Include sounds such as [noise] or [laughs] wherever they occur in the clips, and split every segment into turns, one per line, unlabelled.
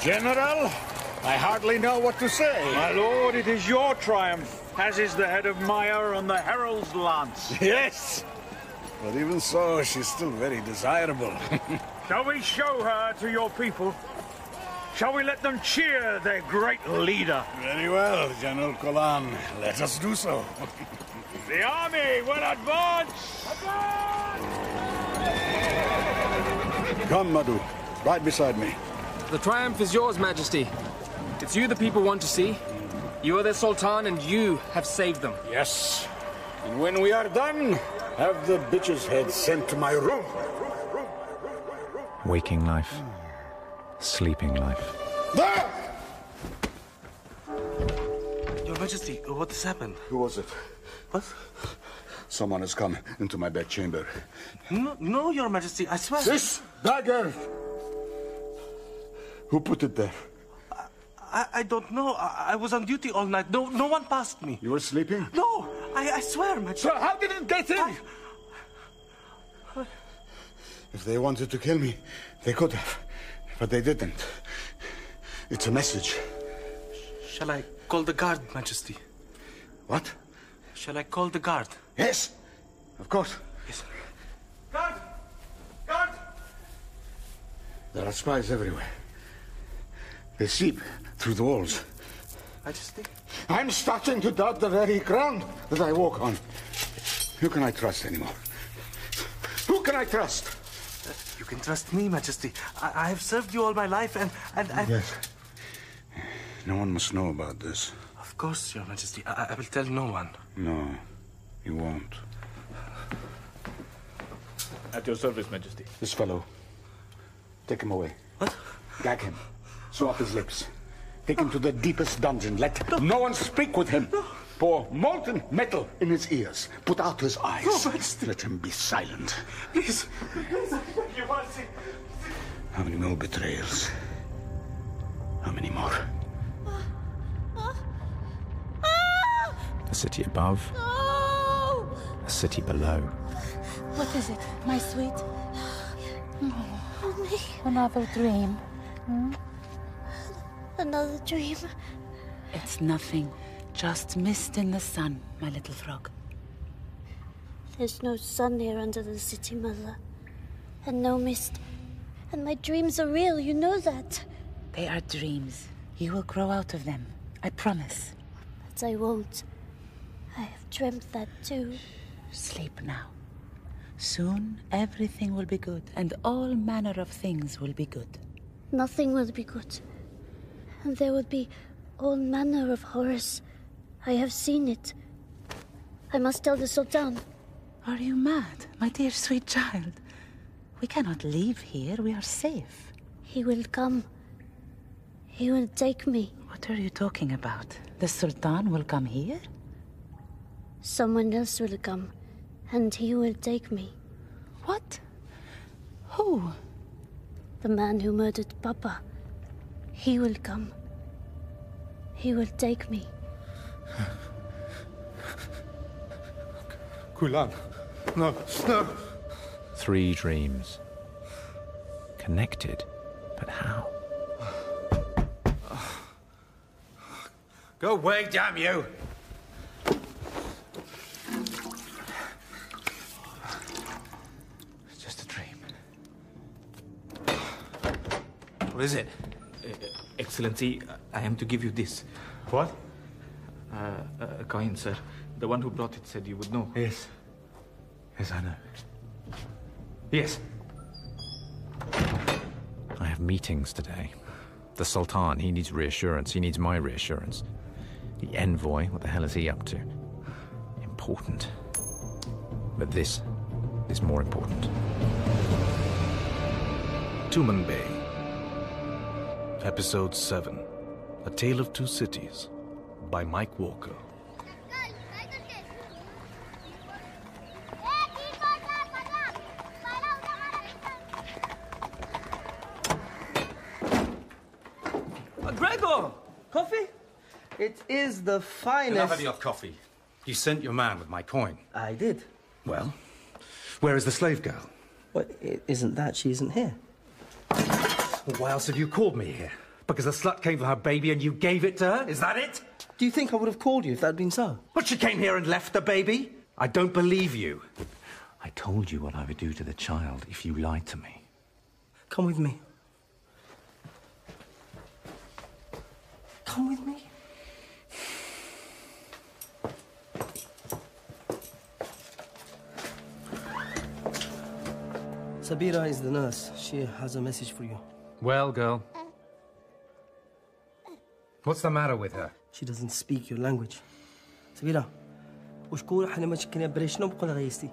General, I hardly know what to say.
My lord, it is your triumph, as is the head of Meyer on the herald's lance.
Yes. But even so, she's still very desirable.
Shall we show her to your people? Shall we let them cheer their great leader?
very well, General Colan. Let us do so.
The army will advance!
Come, Madhu. Right beside me.
The triumph is yours, Majesty. It's you the people want to see. You are their Sultan, and you have saved them.
Yes. And when we are done, have the bitch's head sent to my room.
Waking life, sleeping life.
There!
Your Majesty, what has happened?
Who was it?
What?
Someone has come into my bedchamber.
No, no, Your Majesty, I swear.
This dagger! Who put it there?
I, I don't know. I, I was on duty all night. No, no one passed me.
You were sleeping?
No, I, I swear, Majesty.
So how did it get in? If they wanted to kill me, they could have. But they didn't. It's a message.
Shall I call the guard, Majesty?
What?
Shall I call the guard?
Yes! Of course.
Yes. Guard! Guard!
There are spies everywhere. They sleep through the walls.
Majesty?
I'm starting to doubt the very ground that I walk on. Who can I trust anymore? Who can I trust?
Uh, You can trust me, Majesty. I, I have served you all my life and, and I...
Yes. No one must know about this.
Of course, Your Majesty. I, I will tell no one.
No, you won't.
At your [laughs] service, Majesty.
This fellow. Take him away.
What?
Gag him. Sew up his lips. Take him to the deepest dungeon. Let no, one speak with him. Pour molten metal in his ears. Put out his eyes.
No, Majesty.
Let him be silent.
Please. Please, I beg you, Majesty.
How many more betrayals? How many more?
A city above,
No!
a city below.
What is it, my sweet? Another dream.
Hmm?
Another dream.
It's nothing. Just mist in the sun, my little frog.
There's no sun here under the city, Mother. And no mist. And my dreams are real, you know that.
They are dreams. You will grow out of them. I promise.
But I won't. I have dreamt that too.
Sleep now. Soon everything will be good, and all manner of things will be good.
Nothing will be good. And there will be all manner of horrors. I have seen it. I must tell the Sultan.
Are you mad, my dear sweet child? We cannot leave here. We are safe.
He will come. He will take me.
What are you talking about? The Sultan will come here?
Someone else will come. And he will take me.
What? Who?
The man who murdered Papa. He will come. He will take me.
Kulan. No, no.
Three dreams. Connected, but how?
Go away, damn you! It's just a dream.
What is it?
Uh, Excellency, I am to give you this.
What?
Uh, a coin, sir. The one who brought it said you would know.
Yes.
Yes, I know. Yes.
I have meetings today. The Sultan, he needs reassurance. He needs my reassurance. The envoy, what the hell is he up to? Important. But this is more important.
Tumen Bay. Episode 7 A Tale of Two Cities by Mike Walker.
Uh, Gregor! Coffee? It is the
Enough
finest.
of your coffee. You sent your man with my coin.
I did.
Well, where is the slave girl?
Well, it isn't that she isn't here.
Why else have you called me here?
Because the slut came for her baby and you gave it to her? Is that it?
Do you think I would have called you if that had been so?
But she came here and left the baby? I don't believe you.
I told you what I would do to the child if you lied to me.
Come with me. Come with me. Sabira is the nurse. She has a message for you.
Well, girl. What's the matter with her?
She doesn't speak your language. Sabira, وشكون حنا ما شكينا بريشنا بقول غيستي.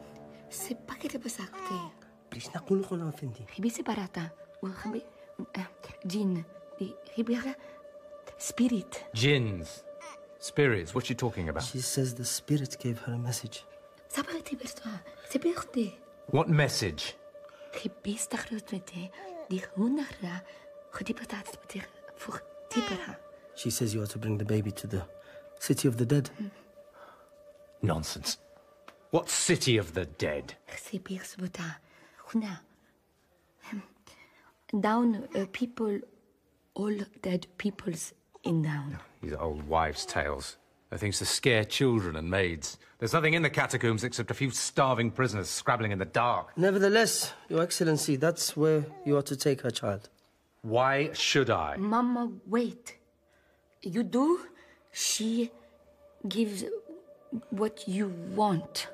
C'est pas que te pasa que
بريشنا قول قول فندي.
ribi separata. Un ribi gin di ribera spirit.
Gins. Spirits. What's she talking about?
She says the spirit gave her a message.
Ça va être pour toi. C'est pour toi.
What message?
Ribi sta groot met de die honera gedipatat met de voor tipera.
She says you are to bring the baby to the city of the dead.
Nonsense. What city of the dead?
C'est pour sbuta. Huna. Down uh, people all dead peoples in down.
These are old wives' tales. They're things to scare children and maids. There's nothing in the catacombs except a few starving prisoners scrabbling in the dark.
Nevertheless, Your Excellency, that's where you are to take her child.
Why should I?
Mama, wait. You do? She gives what you want.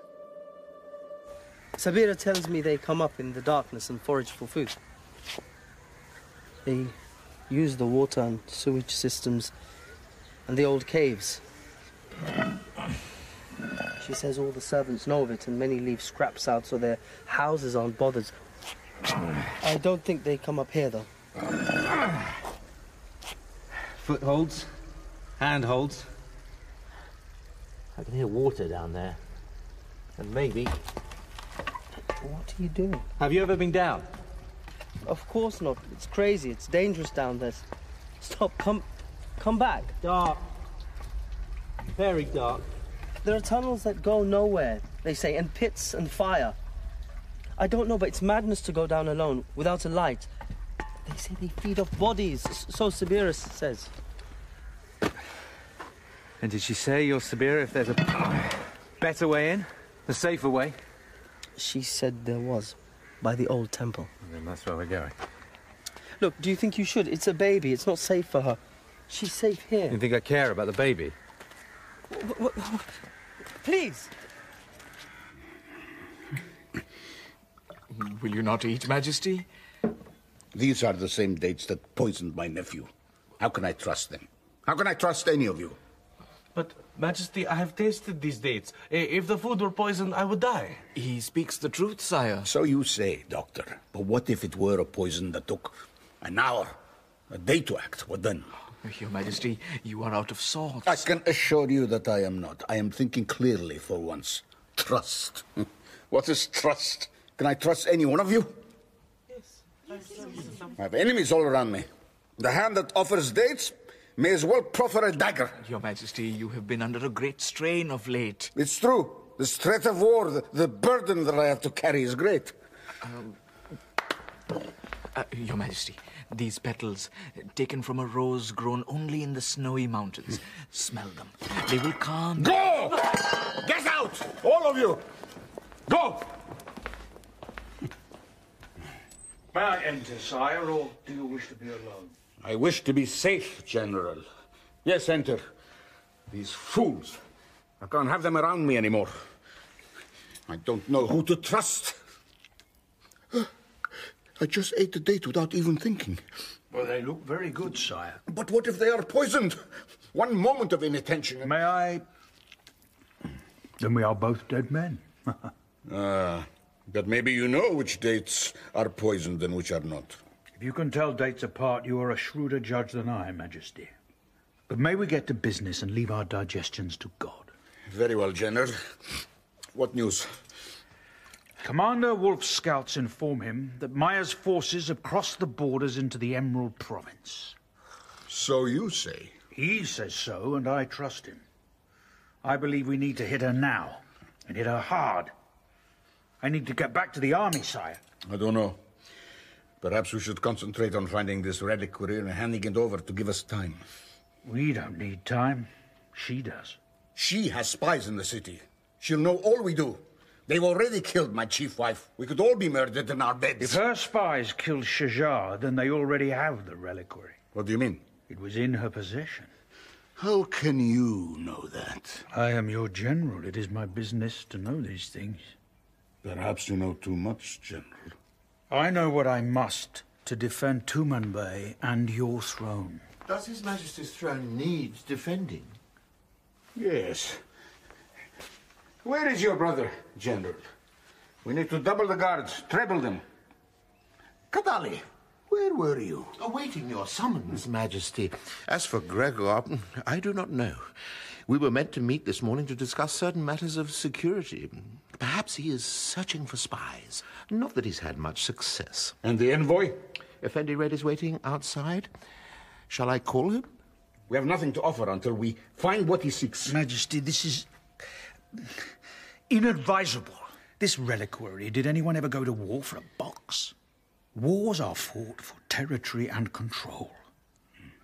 Sabira tells me they come up in the darkness and forage for food. They use the water and sewage systems and the old caves. She says all the servants know of it and many leave scraps out so their houses aren't bothered. I don't think they come up here though.
Footholds, handholds. I can hear water down there. And maybe.
What are you doing?
Have you ever been down?
Of course not. It's crazy. It's dangerous down there. Stop. Come, come back.
Dark. Very dark.
There are tunnels that go nowhere. They say, and pits and fire. I don't know, but it's madness to go down alone without a light. They say they feed off bodies. s- So Siberus says.
And did she say you're Sabira if there's a better way in? The safer way?
She said there was, by the old temple.
Then that's where we're going.
Look, do you think you should? It's a baby. It's not safe for her. She's safe here.
You think I care about the baby?
Please.
Will you not eat, Majesty? These are the same dates that poisoned my nephew. How can I trust them? How can I trust any of you?
But, Majesty, I have tasted these dates. I- If the food were poisoned, I would die.
He speaks the truth, sire. So you say, Doctor. But what if it were a poison that took an hour, a day to act? What then?
Your Majesty, you are out of sorts.
I can assure you that I am not.
I am thinking clearly for once. Trust. [laughs] what is trust? Can I trust any one of you? I have enemies all around me. The hand that offers dates may as well proffer a dagger.
Your Majesty, you have been under a great strain of late.
It's true. The threat of war, the, the burden that I have to carry is great.
Um, uh, Your Majesty, these petals, uh, taken from a rose grown only in the snowy mountains, smell them. They will calm.
Go! Get out! All of you!
Go! May I enter, sire, or do you wish to be alone?
I wish to be safe, General. Yes, enter.
These fools. I can't have them around me anymore. I don't know who to trust. I just ate the date without even thinking.
Well, they look very good, sire.
But what if they are poisoned? One moment of inattention. and-
May I?
Then we are both dead men.
Ah,
but maybe you know which dates are poisoned and which are not.
If you can tell dates apart, you are a shrewder judge than I, Majesty. But may we get to business and leave our digestions to God.
Very well, General. What news?
Commander Wolf's scouts inform him that Maya's forces have crossed the borders into the Emerald Province.
So you say?
He says so, and I trust him. I believe we need to hit her now, and hit her hard. I need to get back to the army, sire.
I don't know. Perhaps we should concentrate on finding this reliquary and handing it over to give us time.
We don't need time. She does.
She has spies in the city. She'll know all we do. They've already killed my chief wife. We could all be murdered in our beds.
If her spies killed Shajar, then they already have the reliquary.
What do you mean?
It was in her possession.
How can you know that?
I am your general. It is my business to know these things.
Perhaps you know too much, General.
I know what I must to defend Tuman Bay and your throne.
Does His Majesty's throne need defending?
Yes.
Where is your brother?
General, we need to double the guards, treble them.
Kadali, where were you? Awaiting your summons, Majesty. As for Gregor, I do not know. We were meant to meet this morning to discuss certain matters of security. Perhaps he is searching for spies. Not that he's had much success.
And the envoy?
Effendi Red is waiting outside. Shall I call him?
We have nothing to offer until we find what he seeks.
Majesty, this is. inadvisable. This reliquary, did anyone ever go to war for a box? Wars are fought for territory and control.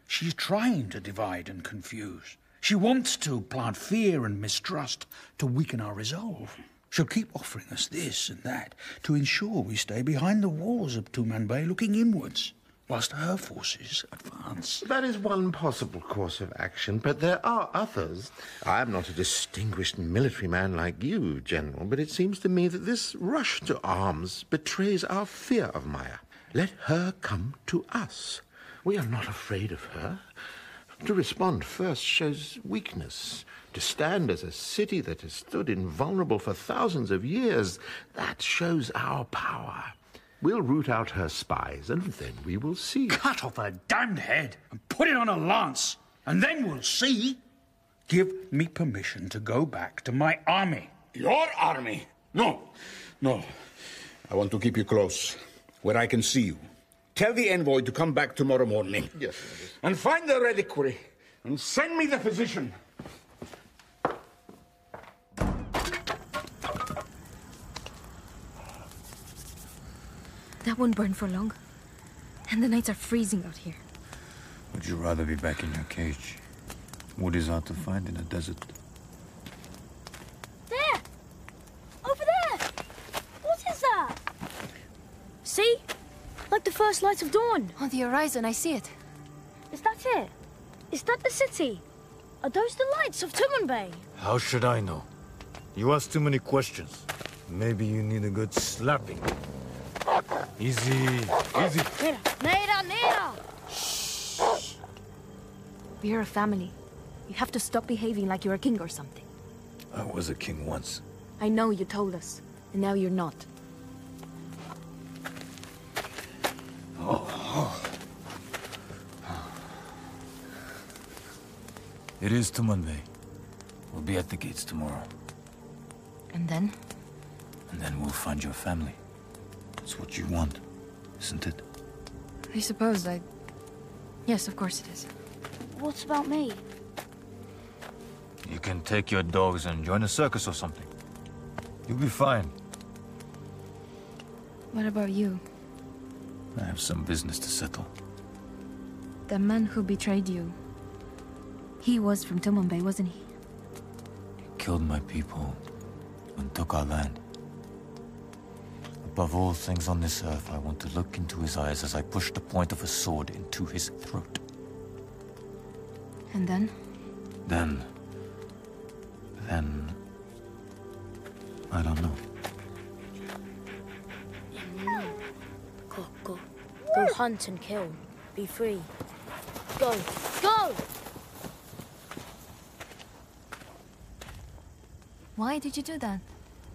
She's trying to divide and confuse. She wants to plant fear and mistrust to weaken our resolve. She'll keep offering us this and that to ensure we stay behind the walls of Tuman Bay looking inwards, whilst her forces advance.
That is one possible course of action, but there are others. I am not a distinguished military man like you, General, but it seems to me that this rush to arms betrays our fear of Maya. Let her come to us. We are not afraid of her. To respond first shows weakness. To stand as a city that has stood invulnerable for thousands of years, that shows our power. We'll root out her spies, and then we will see.
Cut off her damned head and put it on a lance, and then we'll see. Give me permission to go back to my army.
Your army? No. No. I want to keep you close, where I can see you. Tell the envoy to come back tomorrow morning.
Yes.
And find the reliquary, and send me the physician.
That won't burn for long. And the nights are freezing out here.
Would you rather be back in your cage? Wood is hard to find in the desert.
There! Over there! What is that? See? Like the first light of dawn.
On the horizon, I see it.
Is that it? Is that the city? Are those the lights of Tumen Bay?
How should I know? You ask too many questions. Maybe you need a good slapping. Easy, easy.
Mira, mira, mira!
We're a family. You have to stop behaving like you're a king or something.
I was a king once.
I know you told us, and now you're not.
Oh. It is to Monday. We'll be at the gates tomorrow,
And then?
and then we'll find your family. It's what you want, isn't it?
I suppose I. Yes, of course it is.
What about me?
You can take your dogs and join a circus or something. You'll be fine.
What about you?
I have some business to settle.
The man who betrayed you. He was from Tomombe, wasn't he?
killed my people and took our land. Above all things on this earth, I want to look into his eyes as I push the point of a sword into his throat.
And then?
Then. Then. I don't know.
Go, go. Go hunt and kill. Be free. Go, go!
Why did you do that?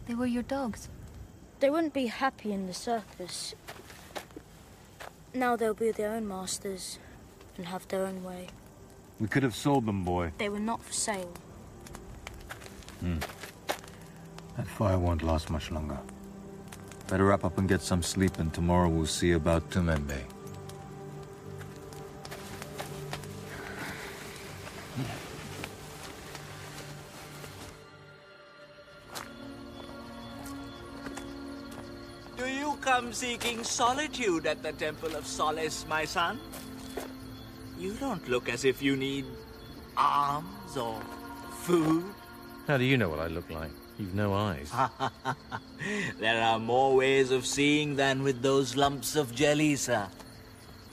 They were your dogs.
They wouldn't be happy in the circus. Now they'll be their own masters and have their own way.
We could have sold them, boy.
They were not for sale.
Hmm. That fire won't last much longer. Better wrap up and get some sleep, and tomorrow we'll see about Tumembe.
Do you come seeking solitude at the Temple of Solace, my son? You don't look as if you need arms or food.
How do you know what I look like? You've no [laughs] eyes.
There are more ways of seeing than with those lumps of jelly, sir.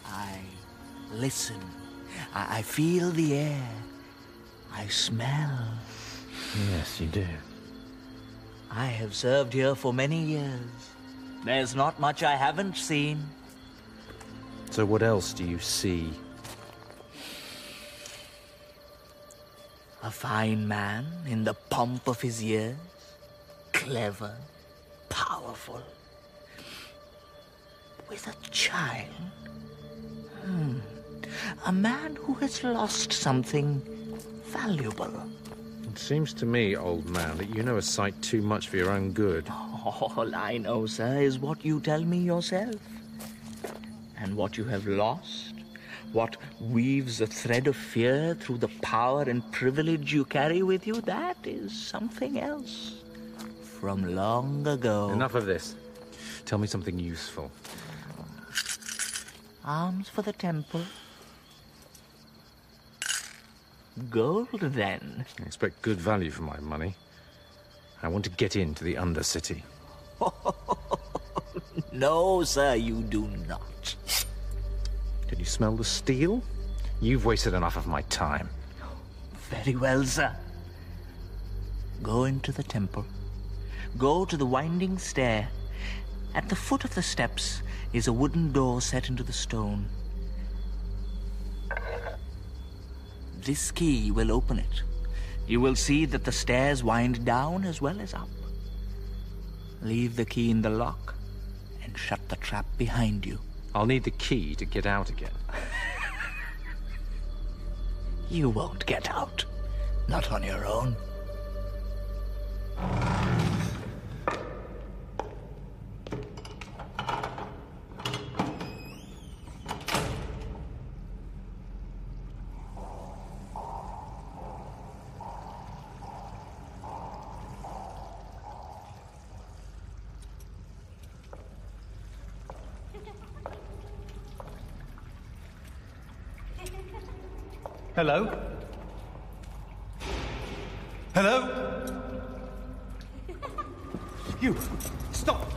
I listen. I, I feel the air. I smell.
Yes, you do.
I have served here for many years. There's not much I haven't seen.
So, what else do you see?
A fine man in the pomp of his years. Clever, powerful. With a child. Hmm. A man who has lost something valuable.
It seems to me, old man, that you know a sight too much for your own
[laughs]
good.
All I know, sir, is what you tell me yourself. And what you have lost, what weaves a thread of fear through the power and privilege you carry with you, that is something else. From long ago.
Enough of this. Tell me something useful.
Arms for the temple. Gold, then.
I expect good value for my money. I want to get into the Undercity.
[laughs] No, sir, you do not.
Can you smell the steel? You've wasted enough of my time.
Very well, sir. Go into the temple. Go to the winding stair. At the foot of the steps is a wooden door set into the stone. This key will open it. You will see that the stairs wind down as well as up. Leave the key in the lock and shut the trap behind you.
I'll need the key to get out again.
You won't get out. Not on your own.
Hello? Hello? You! Stop!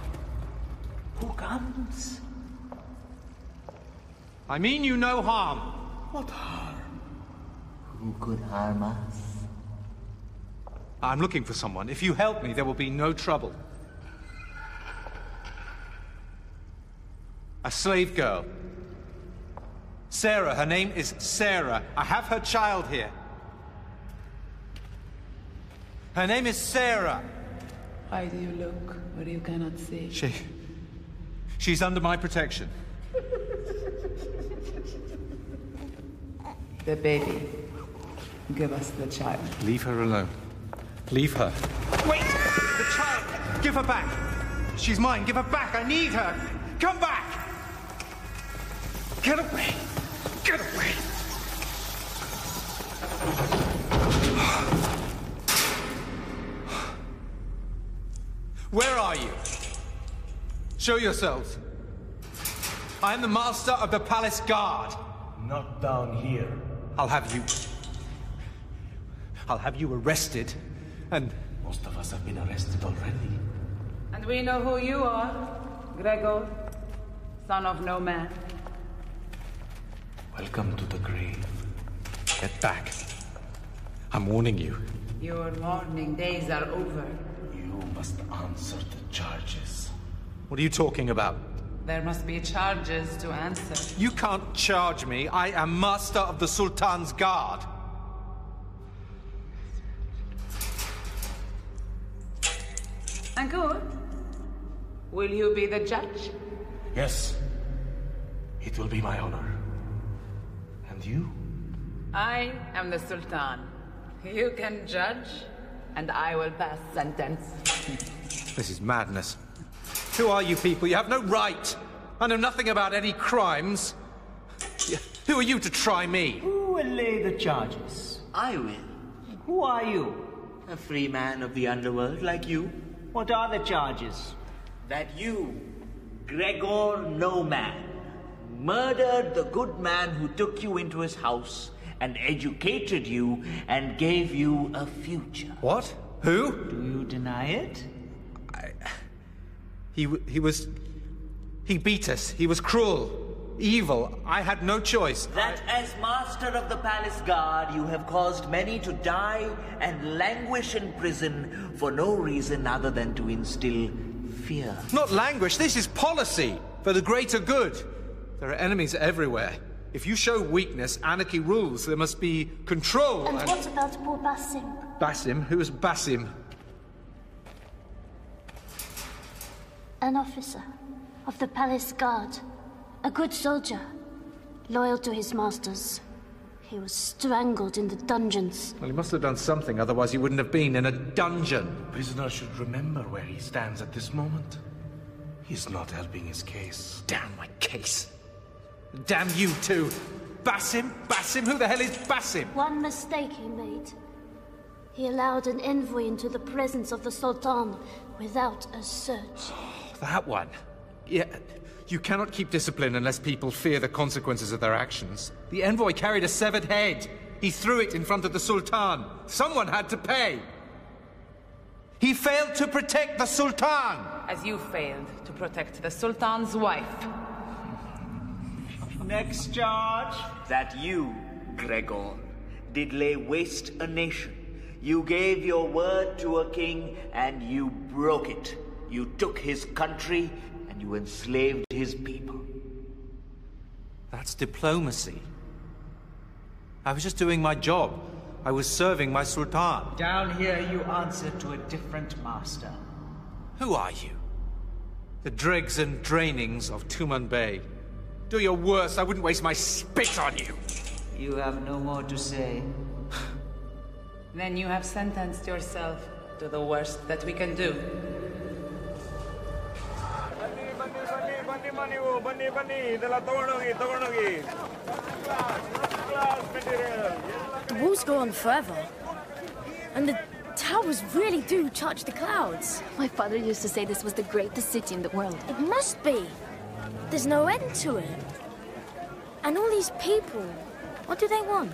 Who comes?
I mean you no harm!
What harm?
Who could harm us?
I'm looking for someone. If you help me, there will be no trouble. A slave girl. Sarah. Her name is Sarah. I have her child here. Her name is Sarah.
Why do you look where you cannot see?
She. She's under my protection.
The baby. Give us the child.
Leave her alone. Leave her. Wait! The child! Give her back! She's mine! Give her back! I need her! Come back! Get away! Get away! Where are you? Show yourselves. I am the master of the palace guard.
Not down here.
I'll have you. I'll have you arrested and.
Most of us have been arrested already.
And we know who you are, Gregor, son of no man.
Welcome to the grave.
Get back. I'm warning you.
Your mourning days are over.
You must answer the charges.
What are you talking about?
There must be charges to answer.
You can't charge me. I am master of the Sultan's guard.
And good. Will you be the judge?
Yes. It will be my honor. And you?
I am the Sultan. You can judge, and I will pass sentence.
This is madness. Who are you people? You have no right. I know nothing about any crimes. Y- Who are you to try me?
Who will lay the charges? I will. Who are you? A free man of the underworld like you. What are the charges? that you, Gregor Noman, murdered the good man who took you into his house and educated you and gave you a future.
What? Who?
Do you deny it?
He, w- he was. He beat us. He was cruel, evil. I had no choice.
That as master of the palace guard, you have caused many to die and languish in prison for no reason other than to instill fear.
Not languish, this is policy for the greater good. There are enemies everywhere. If you show weakness, anarchy rules. There must be control.
And what about poor Basim?
Basim? Who is Basim?
An officer of the palace guard. A good soldier. Loyal to his masters. He was strangled in the dungeons.
Well, he must have done something, otherwise, he wouldn't have been in a dungeon.
Prisoner should remember where he stands at this moment. He's not helping his case.
Damn my case. Damn you too. Basim? Basim? Who the hell is Basim?
One mistake he made. He allowed an envoy into the presence of the Sultan without a search.
That one. Yeah. You cannot keep discipline unless people fear the consequences of their actions. The envoy carried a severed head. He threw it in front of the Sultan. Someone had to pay. He failed to protect the Sultan.
As you failed to protect the Sultan's wife.
Next charge. That you, Gregor, did lay waste a nation. You gave your word to a king and you broke it. You took his country and you enslaved his people.
That's diplomacy. I was just doing my job. I was serving my Sultan.
Down here, you answer to a different master.
Who are you? The dregs and drainings of Tuman Bay. Do your worst, I wouldn't waste my spit on you.
You have no more to say.
Then you have sentenced yourself to the worst that we can do.
The walls go on forever. And the towers really do touch the clouds.
My father used to say this was the greatest city in the world.
It must be. There's no end to it. And all these people, what do they want?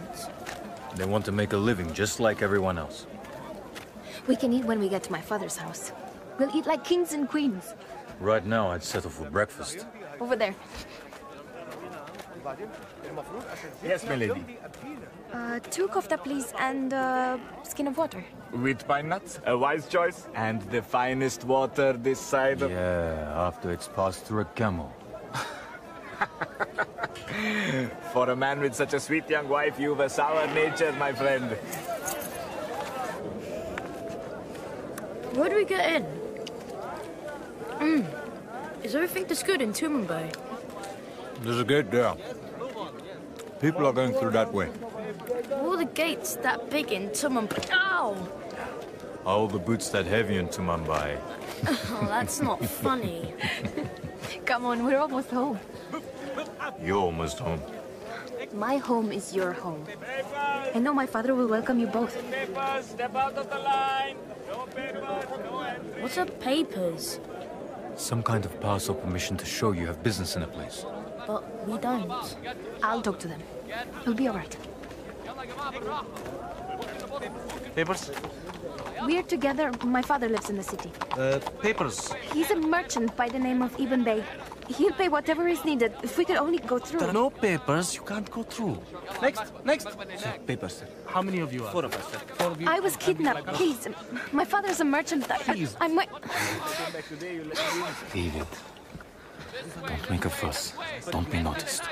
They want to make a living just like everyone else.
We can eat when we get to my father's house. We'll eat like kings and queens.
Right now, I'd settle for breakfast.
Over there.
Yes, my lady.
Uh, two kofta, please, and uh, skin of water.
With pine nuts, a wise choice, and the finest water this side of.
Yeah, after it's passed through a camel.
[laughs] For a man with such a sweet young wife, you've a sour nature, my friend.
Where do we get in? Mm. Is everything this good in Tumen Bay?
There's a gate there. People are going through that way.
All the gates that big in Tumen Bay. Ow! [laughs]
All the boots that heavy in Tumambai.
Oh, that's not funny.
[laughs] Come on, we're almost home.
You're almost home.
My home is your home. I know my father will welcome you both.
Step out of the line.
What are papers?
Some kind of pass or permission to show you have business in a place.
But we don't.
I'll talk to them. It'll be all right.
Papers?
We're together. My father lives in the city.
Uh, papers.
He's a merchant by the name of Ibn Bey. He'll pay whatever is needed if we could only go
There are
through.
no papers. You can't go through. Next, next. Sir, papers, sir. How many of you are? Four of us, sir. Four of you.
I was kidnapped. Please, my father's a merchant. I, I,
Please.
I'm. wait-
Leave it. Don't make a fuss. Don't be noticed.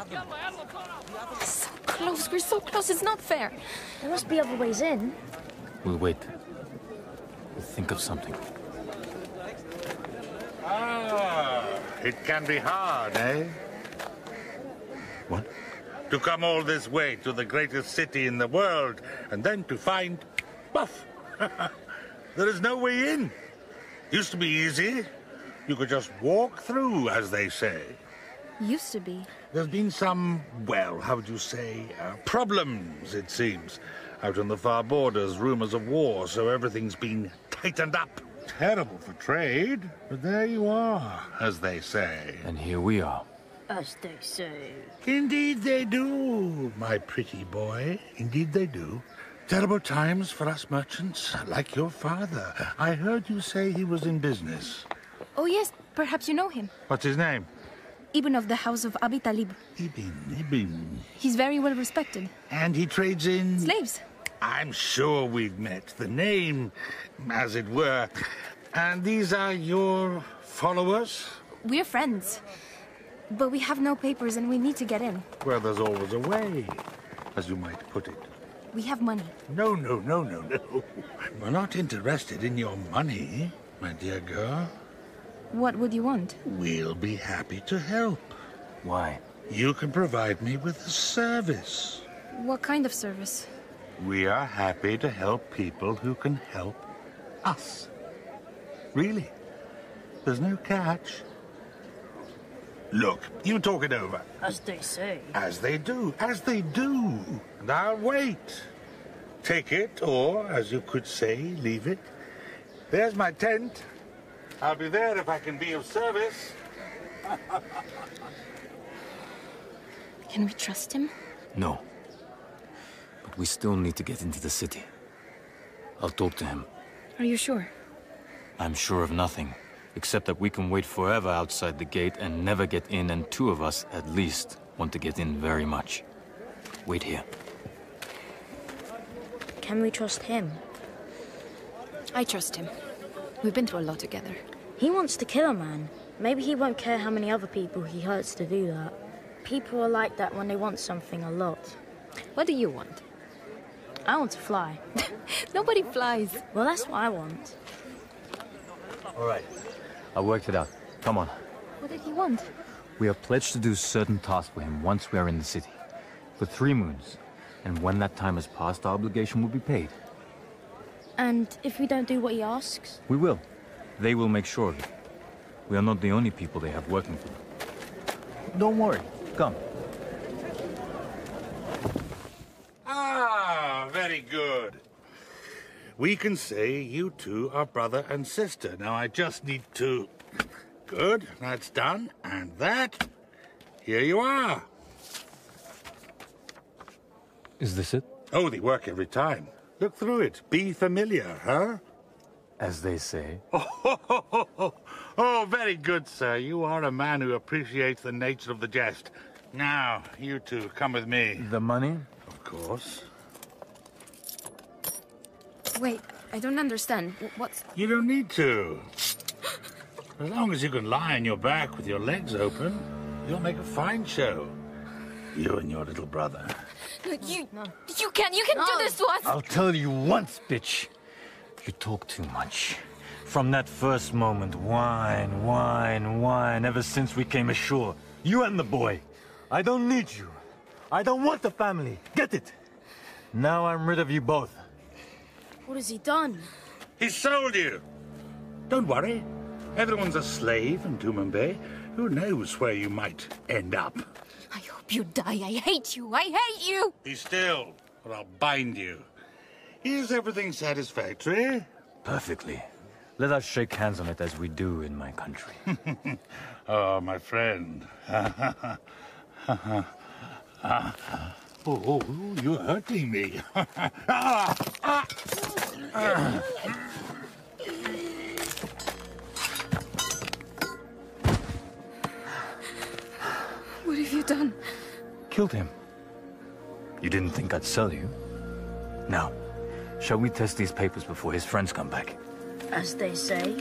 So close. We're so close. It's not fair.
There must be other ways in.
We'll wait. We'll think of something.
Ah, it can be hard, eh?
What?
To come all this way to the greatest city in the world and then to find Buff. [laughs] there is no way in. Used to be easy. You could just walk through, as they say.
Used to be.
There's been some, well, how would you say, uh, problems, it seems. Out on the far borders, rumors of war, so everything's been tightened up. terrible for trade, but there you are, as they say.
And here we are.
As they say.
Indeed they do, my pretty boy. Indeed they do. Terrible times for us merchants, like your father. I heard you say he was in business.
Oh, yes, perhaps you know him.
What's his name?
Ibn of the house of Abi Talib.
Ibn, Ibn.
He's very well respected.
And he trades in.
Slaves.
I'm sure we've met the name, as it were. And these are your followers?
We're friends. But we have no papers and we need to get in.
Well, there's always a way, as you might put it.
We have money.
No, no, no, no, no. [laughs] We're not interested in your money, my dear girl.
What would you want?
We'll be happy to help.
Why?
You can provide me with a service.
What kind of service?
We are happy to help people who can help us. Really. There's no catch. Look, you talk it over.
As they say.
As they do, as they do. And I'll wait. Take it, or, as you could say, leave it. There's my tent. I'll be there if I can be of service. [laughs]
Can we trust him?
No. But we still need to get into the city. I'll talk to him.
Are you sure?
I'm sure of nothing, except that we can wait forever outside the gate and never get in, and two of us, at least, want to get in very much. Wait here.
Can we trust him?
I trust him. We've been through a lot together.
He wants to kill a man. Maybe he won't care how many other people he hurts to do that. People are like that when they want something a lot.
What do you want?
I want to fly.
[laughs] Nobody flies.
Well, that's what I want.
All right. I worked it out. Come on.
What did he want?
We are pledged to do certain tasks for him once we are in the city. For three moons. And when that time has passed, our obligation will be paid.
And if we don't do what he asks?
We will. They will make sure of it. We are not the only people they have working for them. Don't worry. Come.
Uh,
Ah, very good. We can say you two are brother and sister. Now I just need to. Good, that's done. And that. Here you are.
Is this it?
Oh, they work every time. Look through it. Be familiar, huh?
As they say.
[laughs] Oh, oh, very good, sir. You are a man who appreciates the nature of the jest. Now, you two, come with me.
The money?
Of course.
Wait, I don't understand. W- What's.
You don't need to. As long as you can lie on your back with your legs open, you'll make a fine show. You and your little brother.
No, Oh. you. You can. You can do this to us.
I'll tell you once, bitch. You talk too much. From that first moment, wine, wine, wine, ever since we came ashore. You and the boy. I don't need you. I don't want the family. Get it? Now I'm rid of you both.
What has he done?
He sold you. Don't worry. Everyone's a slave in Tumumbe. Who knows where you might end up?
I hope you die. I hate you. I hate you.
Be still, or I'll bind you. Is everything satisfactory?
Perfectly. Let us shake hands on it as we do in my country.
Oh, my friend. [laughs] Ah, oh, oh, oh, you're hurting me. [laughs] Ah, ah, ah.
What have you done?
Killed him. You didn't think I'd sell you? Now, shall we test these papers before his friends come back?
As they say.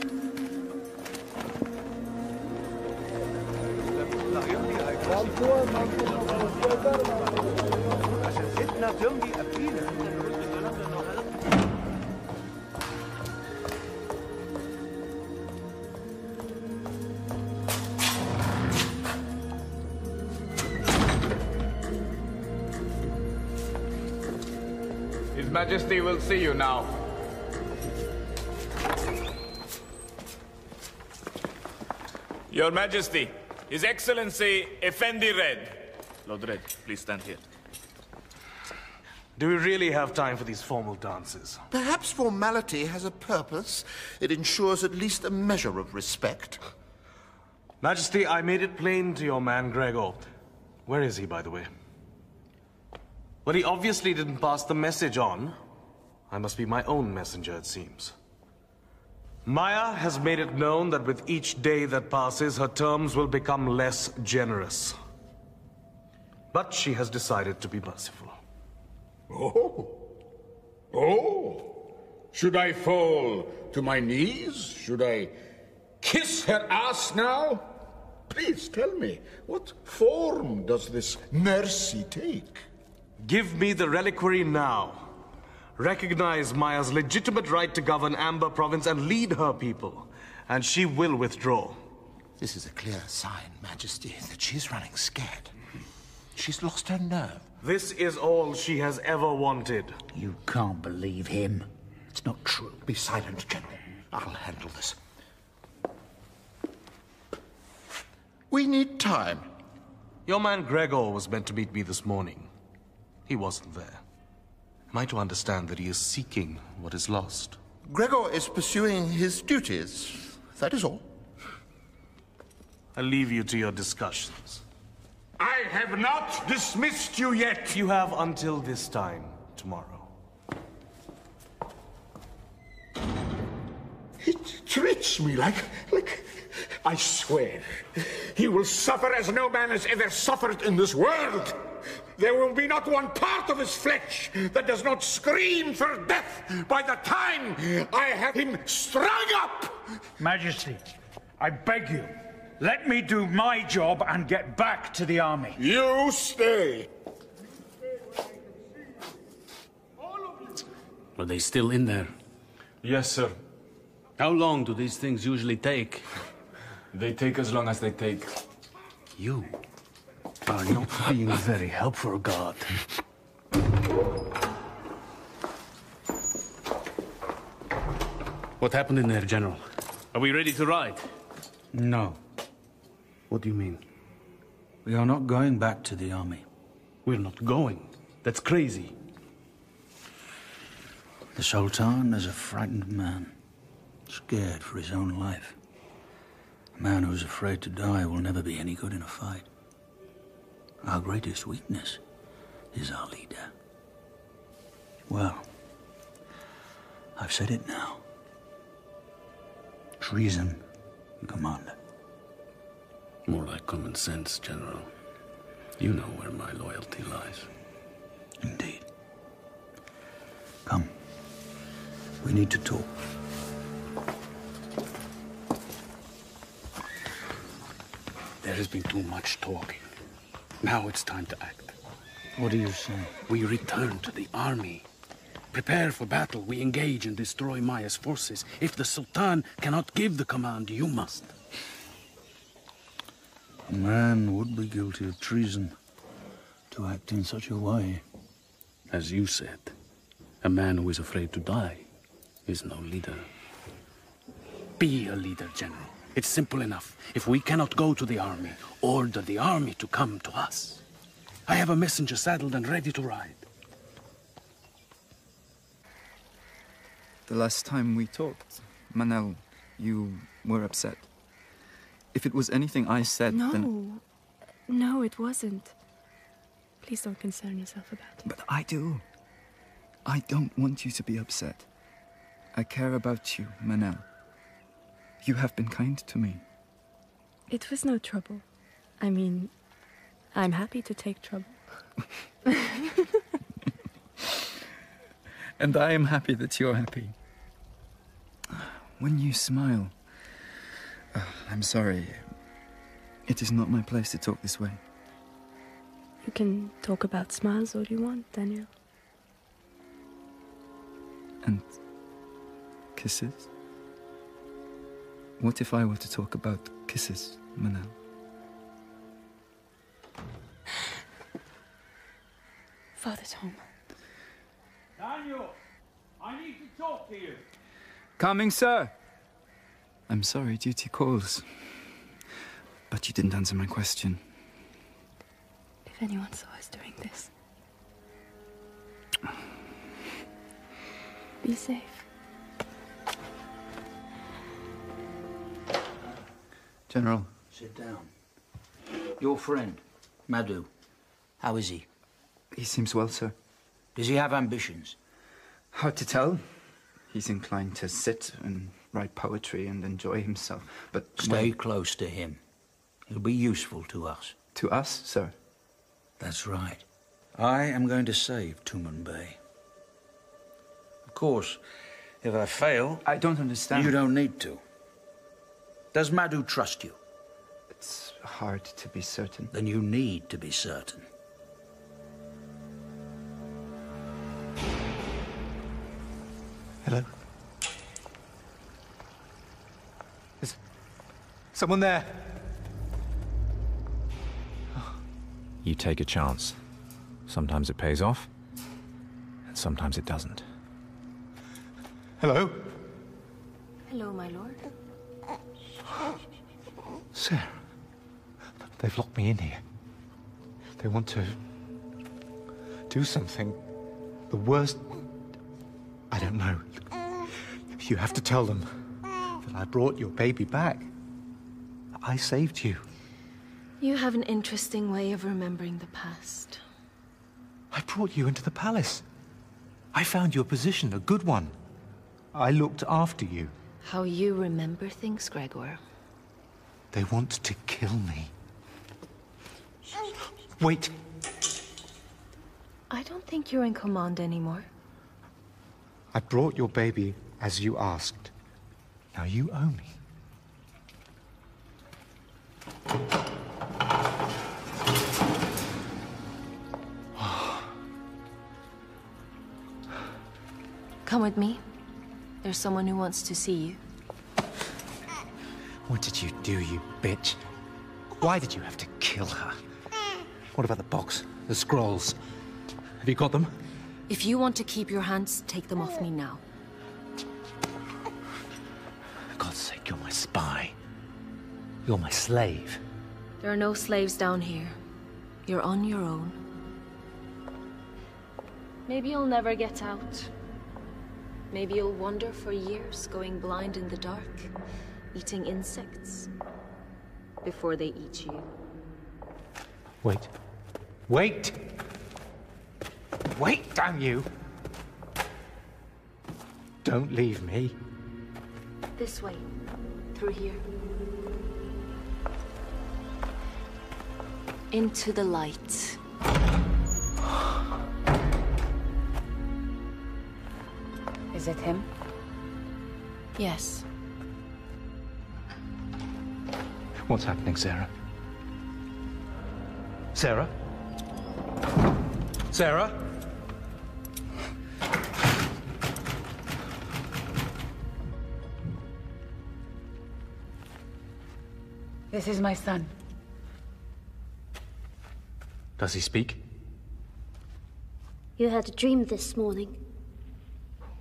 His Majesty will see you now. Your Majesty, His Excellency Effendi Red. Lord Red, please stand here.
Do we really have time for these formal dances?
Perhaps formality has a purpose. It ensures at least a measure of respect.
Majesty, I made it plain to your man, Gregor. Where is he, by the way? Well, he obviously didn't pass the message on. I must be my own messenger, it seems. Maya has made it known that with each day that passes, her terms will become less generous. But she has decided to be merciful.
Oh. Oh. Should I fall to my knees? Should I kiss her ass now? Please tell me, what form does this mercy take?
Give me the reliquary now. Recognize Maya's legitimate right to govern Amber Province and lead her people, and she will withdraw.
This is a clear sign, Majesty, that she's running scared. She's lost her nerve.
This is all she has ever wanted.
You can't believe him. It's not true. Be silent, General. I'll handle this.
We need time. Your man Gregor was meant to meet me this morning. He wasn't there. Am I to understand that he is seeking what is lost?
Gregor is pursuing his duties. That is all.
I leave you to your discussions.
I have not dismissed you yet.
You have until this time tomorrow.
He t- treats me like, like. I swear, he will suffer as no man has ever suffered in this world. There will be not one part of his flesh that does not scream for death by the time I have him strung up.
Majesty, I beg you, let me do my job and get back to the army.
You stay.
Are they still in there?
Yes, sir.
How long do these things usually take?
[laughs] They take as long as they take.
You are
[laughs]
not being very helpful, God. What happened in there, General? Are we ready to ride?
No,
What do you mean?
we are not going back to the army.
We're not going. That's crazy.
The Sultan is a frightened man, scared for his own life. A man who's afraid to die will never be any good in a fight. Our greatest weakness is our leader. Well, I've said it now. Treason, Commander.
More like common sense, General. You know where my loyalty lies.
Indeed. Come. We need to talk.
There has been too much talking. Now it's time to act.
What do you say?
We return to the army. Prepare for battle. We engage and destroy Maya's forces. If the Sultan cannot give the command, you must.
A man would be guilty of treason to act in such a way.
As you said, a man who is afraid to die is no leader. Be a leader, General. It's simple enough. If we cannot go to the army, order the army to come to us. I have a messenger saddled and ready to ride.
The last time we talked, Manel, you were upset. If it was anything I said, then.
No. No, it wasn't. Please don't concern yourself about it.
But I do. I don't want you to be upset. I care about you, Manel. You have been kind to me.
It was no trouble. I mean, I'm happy to take trouble.
And I am happy that you're happy. When you smile. [sighs] Ah, I'm sorry. It is not my place to talk this way.
You can talk about smiles all you want, Daniel.
And kisses? What if I were to talk about kisses, Manel?
Father's home.
Daniel, I need to talk to you.
Coming, sir. I'm sorry, duty calls. But you didn't answer my question.
If anyone saw us doing this,
Be safe.
General. Sit down. Your friend, Madhu. How is he?
He seems well, sir.
Does he have ambitions?
Hard to tell. He's inclined to sit and write poetry and enjoy himself, but.
Stay close to him. He'll be useful to us.
To us, sir?
That's right. I am going to save Tumen Bay. Of course, if I fail.
I don't understand.
You don't need to. Does Madhu trust you?
It's hard to be certain.
Then you need to be certain.
Hello? Is someone there?
You take a chance. Sometimes it pays off, and sometimes it doesn't.
Hello?
Hello, my lord.
Sarah. They've locked me in here. They want to do something. The worst. I don't know. You have to tell them that I brought your baby back. I saved you.
You have an interesting way of remembering the past.
I brought you into the palace. I found you a position, a good one. I looked after you.
How you remember things, Gregor.
They want to kill me. Wait,
I don't think you're in command anymore.
I brought your baby as you asked. Now you owe me.
Come with me. There's someone who wants to see you.
What did you do, you bitch? Why did you have to kill her? What about the box? The scrolls? Have you got them?
If you want to keep your hands, take them off me now.
For God's sake, you're my spy. You're my slave.
There are no slaves down here. You're on your own. Maybe you'll never get out. Maybe you'll wander for years, going blind in the dark, eating insects before they eat you.
Wait. Wait! Wait, damn you! Don't leave me.
This way, through here. Into the light.
Is it him?
Yes.
What's happening, Sarah? Sarah? Sarah?
This is my son.
Does he speak?
You had a dream this morning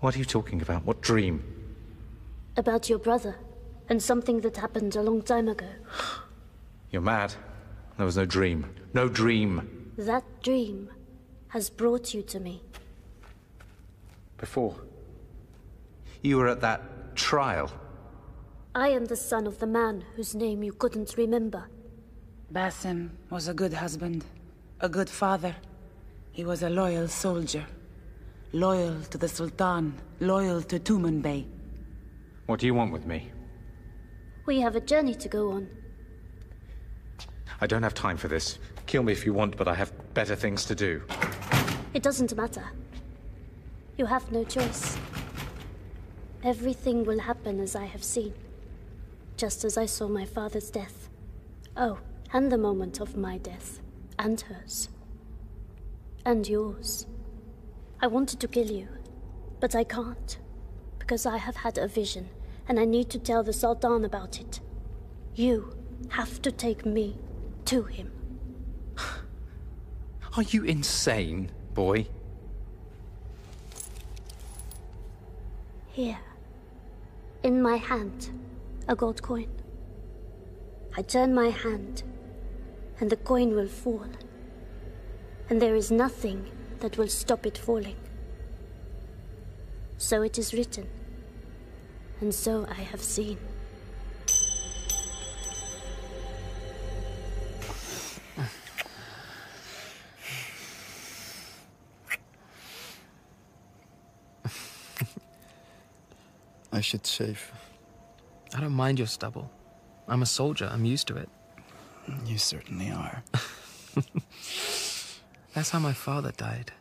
What are you talking about? What dream?
about your brother and something that happened a long time ago.
You're mad. There was no dream. No dream.
That dream has brought you to me.
Before. You were at that trial.
I am the son of the man whose name you couldn't remember.
Basim was a good husband, a good father. He was a loyal soldier. Loyal to the Sultan, loyal to Tumen Bey.
What do you want with me?
We have a journey to go on.
I don't have time for this. Kill me if you want, but I have better things to do.
It doesn't matter. You have no choice. Everything will happen as I have seen, just as I saw my father's death. Oh, and the moment of my death, and hers, and yours. I wanted to kill you, but I can't, because I have had a vision, and I need to tell the Sultan about it. You have to take me to him.
Are you insane, boy?
Here, in my hand, a gold coin. I turn my hand, and the coin will fall. And there is nothing that will stop it falling. So it is written, and so I have seen.
I should shave.
I don't mind your stubble. I'm a soldier. I'm used to it.
You certainly are.
[laughs] That's how my father died.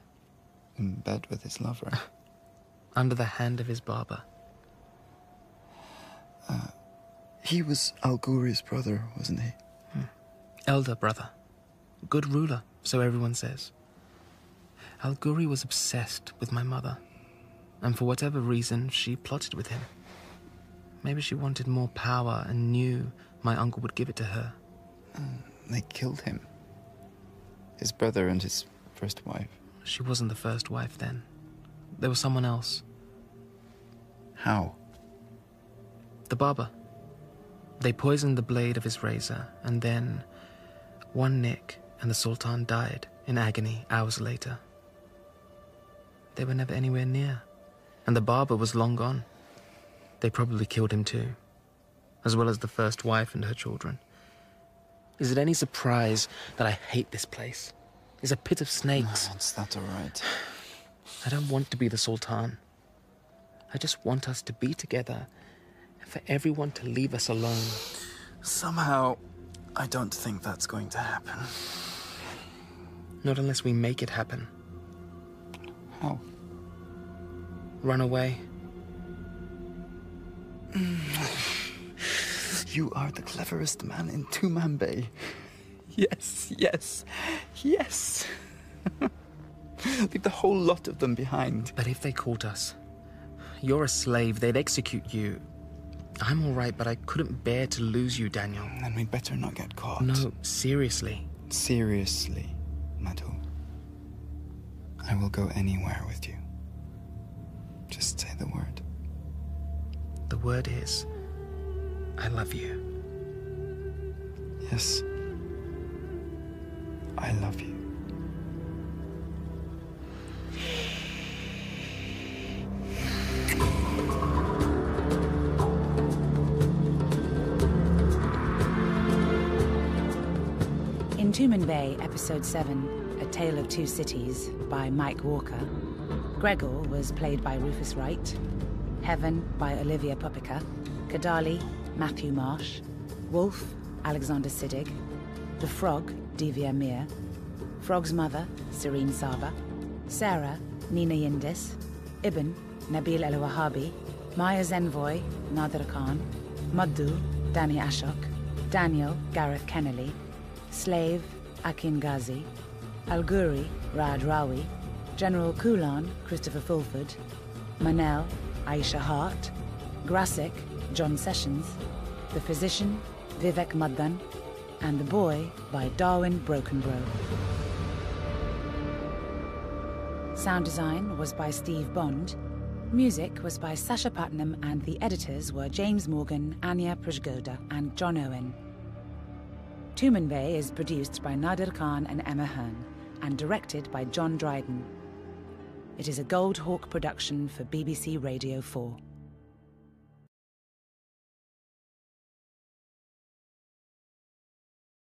In bed with his lover.
[laughs] Under the hand of his barber.
Uh, He was Al Ghuri's brother, wasn't he?
Hmm. Elder brother. Good ruler, so everyone says. Al Ghuri was obsessed with my mother. And for whatever reason, she plotted with him. Maybe she wanted more power and knew my uncle would give it to her.
They killed him. His brother and his first wife.
She wasn't the first wife then. There was someone else.
How?
The barber. They poisoned the blade of his razor, and then one nick, and the Sultan died in agony hours later. They were never anywhere near, and the barber was long gone. They probably killed him too, as well as the first wife and her children. Is it any surprise that I hate this place? It's a pit of snakes.
Is that all right?
I don't want to be the Sultan. I just want us to be together and for everyone to leave us alone.
Somehow, I don't think that's going to happen.
Not unless we make it happen.
How?
Run away.
Mm. You are the cleverest man in Tuman Bay. Yes, yes, yes. [laughs] Leave the whole lot of them behind.
But if they caught us, you're a slave, they'd execute you. I'm all right, but I couldn't bear to lose you, Daniel.
Then we'd better not get caught.
No, seriously.
Seriously, Madhu. I will go anywhere with you. Just say the word.
The word is, I love you.
Yes. I love you.
In Tumen Bay, Episode 7, A Tale of Two Cities, by Mike Walker. Gregor was played by Rufus Wright, Heaven by Olivia Popica, Kadali, Matthew Marsh, Wolf, Alexander Siddig, The Frog, Divya Mir, Frog's Mother, Serene Saba, Sarah, Nina Yindis, Ibn, Nabil El Wahabi, Maya's Envoy, Nader Khan, Madhu, Danny Ashok, Daniel, Gareth Kennelly, Slave, Akin Ghazi, Alguri, Rad Rawi, General Kulan, Christopher Fulford, Manel, Aisha Hart, Grasic, John Sessions, The Physician, Vivek Maddan, and The Boy by Darwin Brokenbrow. Sound design was by Steve Bond. Music was by Sasha Putnam, and the editors were James Morgan, Anya Prishgoda, and John Owen. Tumen Bay is produced by Nadir Khan and Emma Hearn, and directed by John Dryden. It is a Gold Hawk production for BBC Radio 4.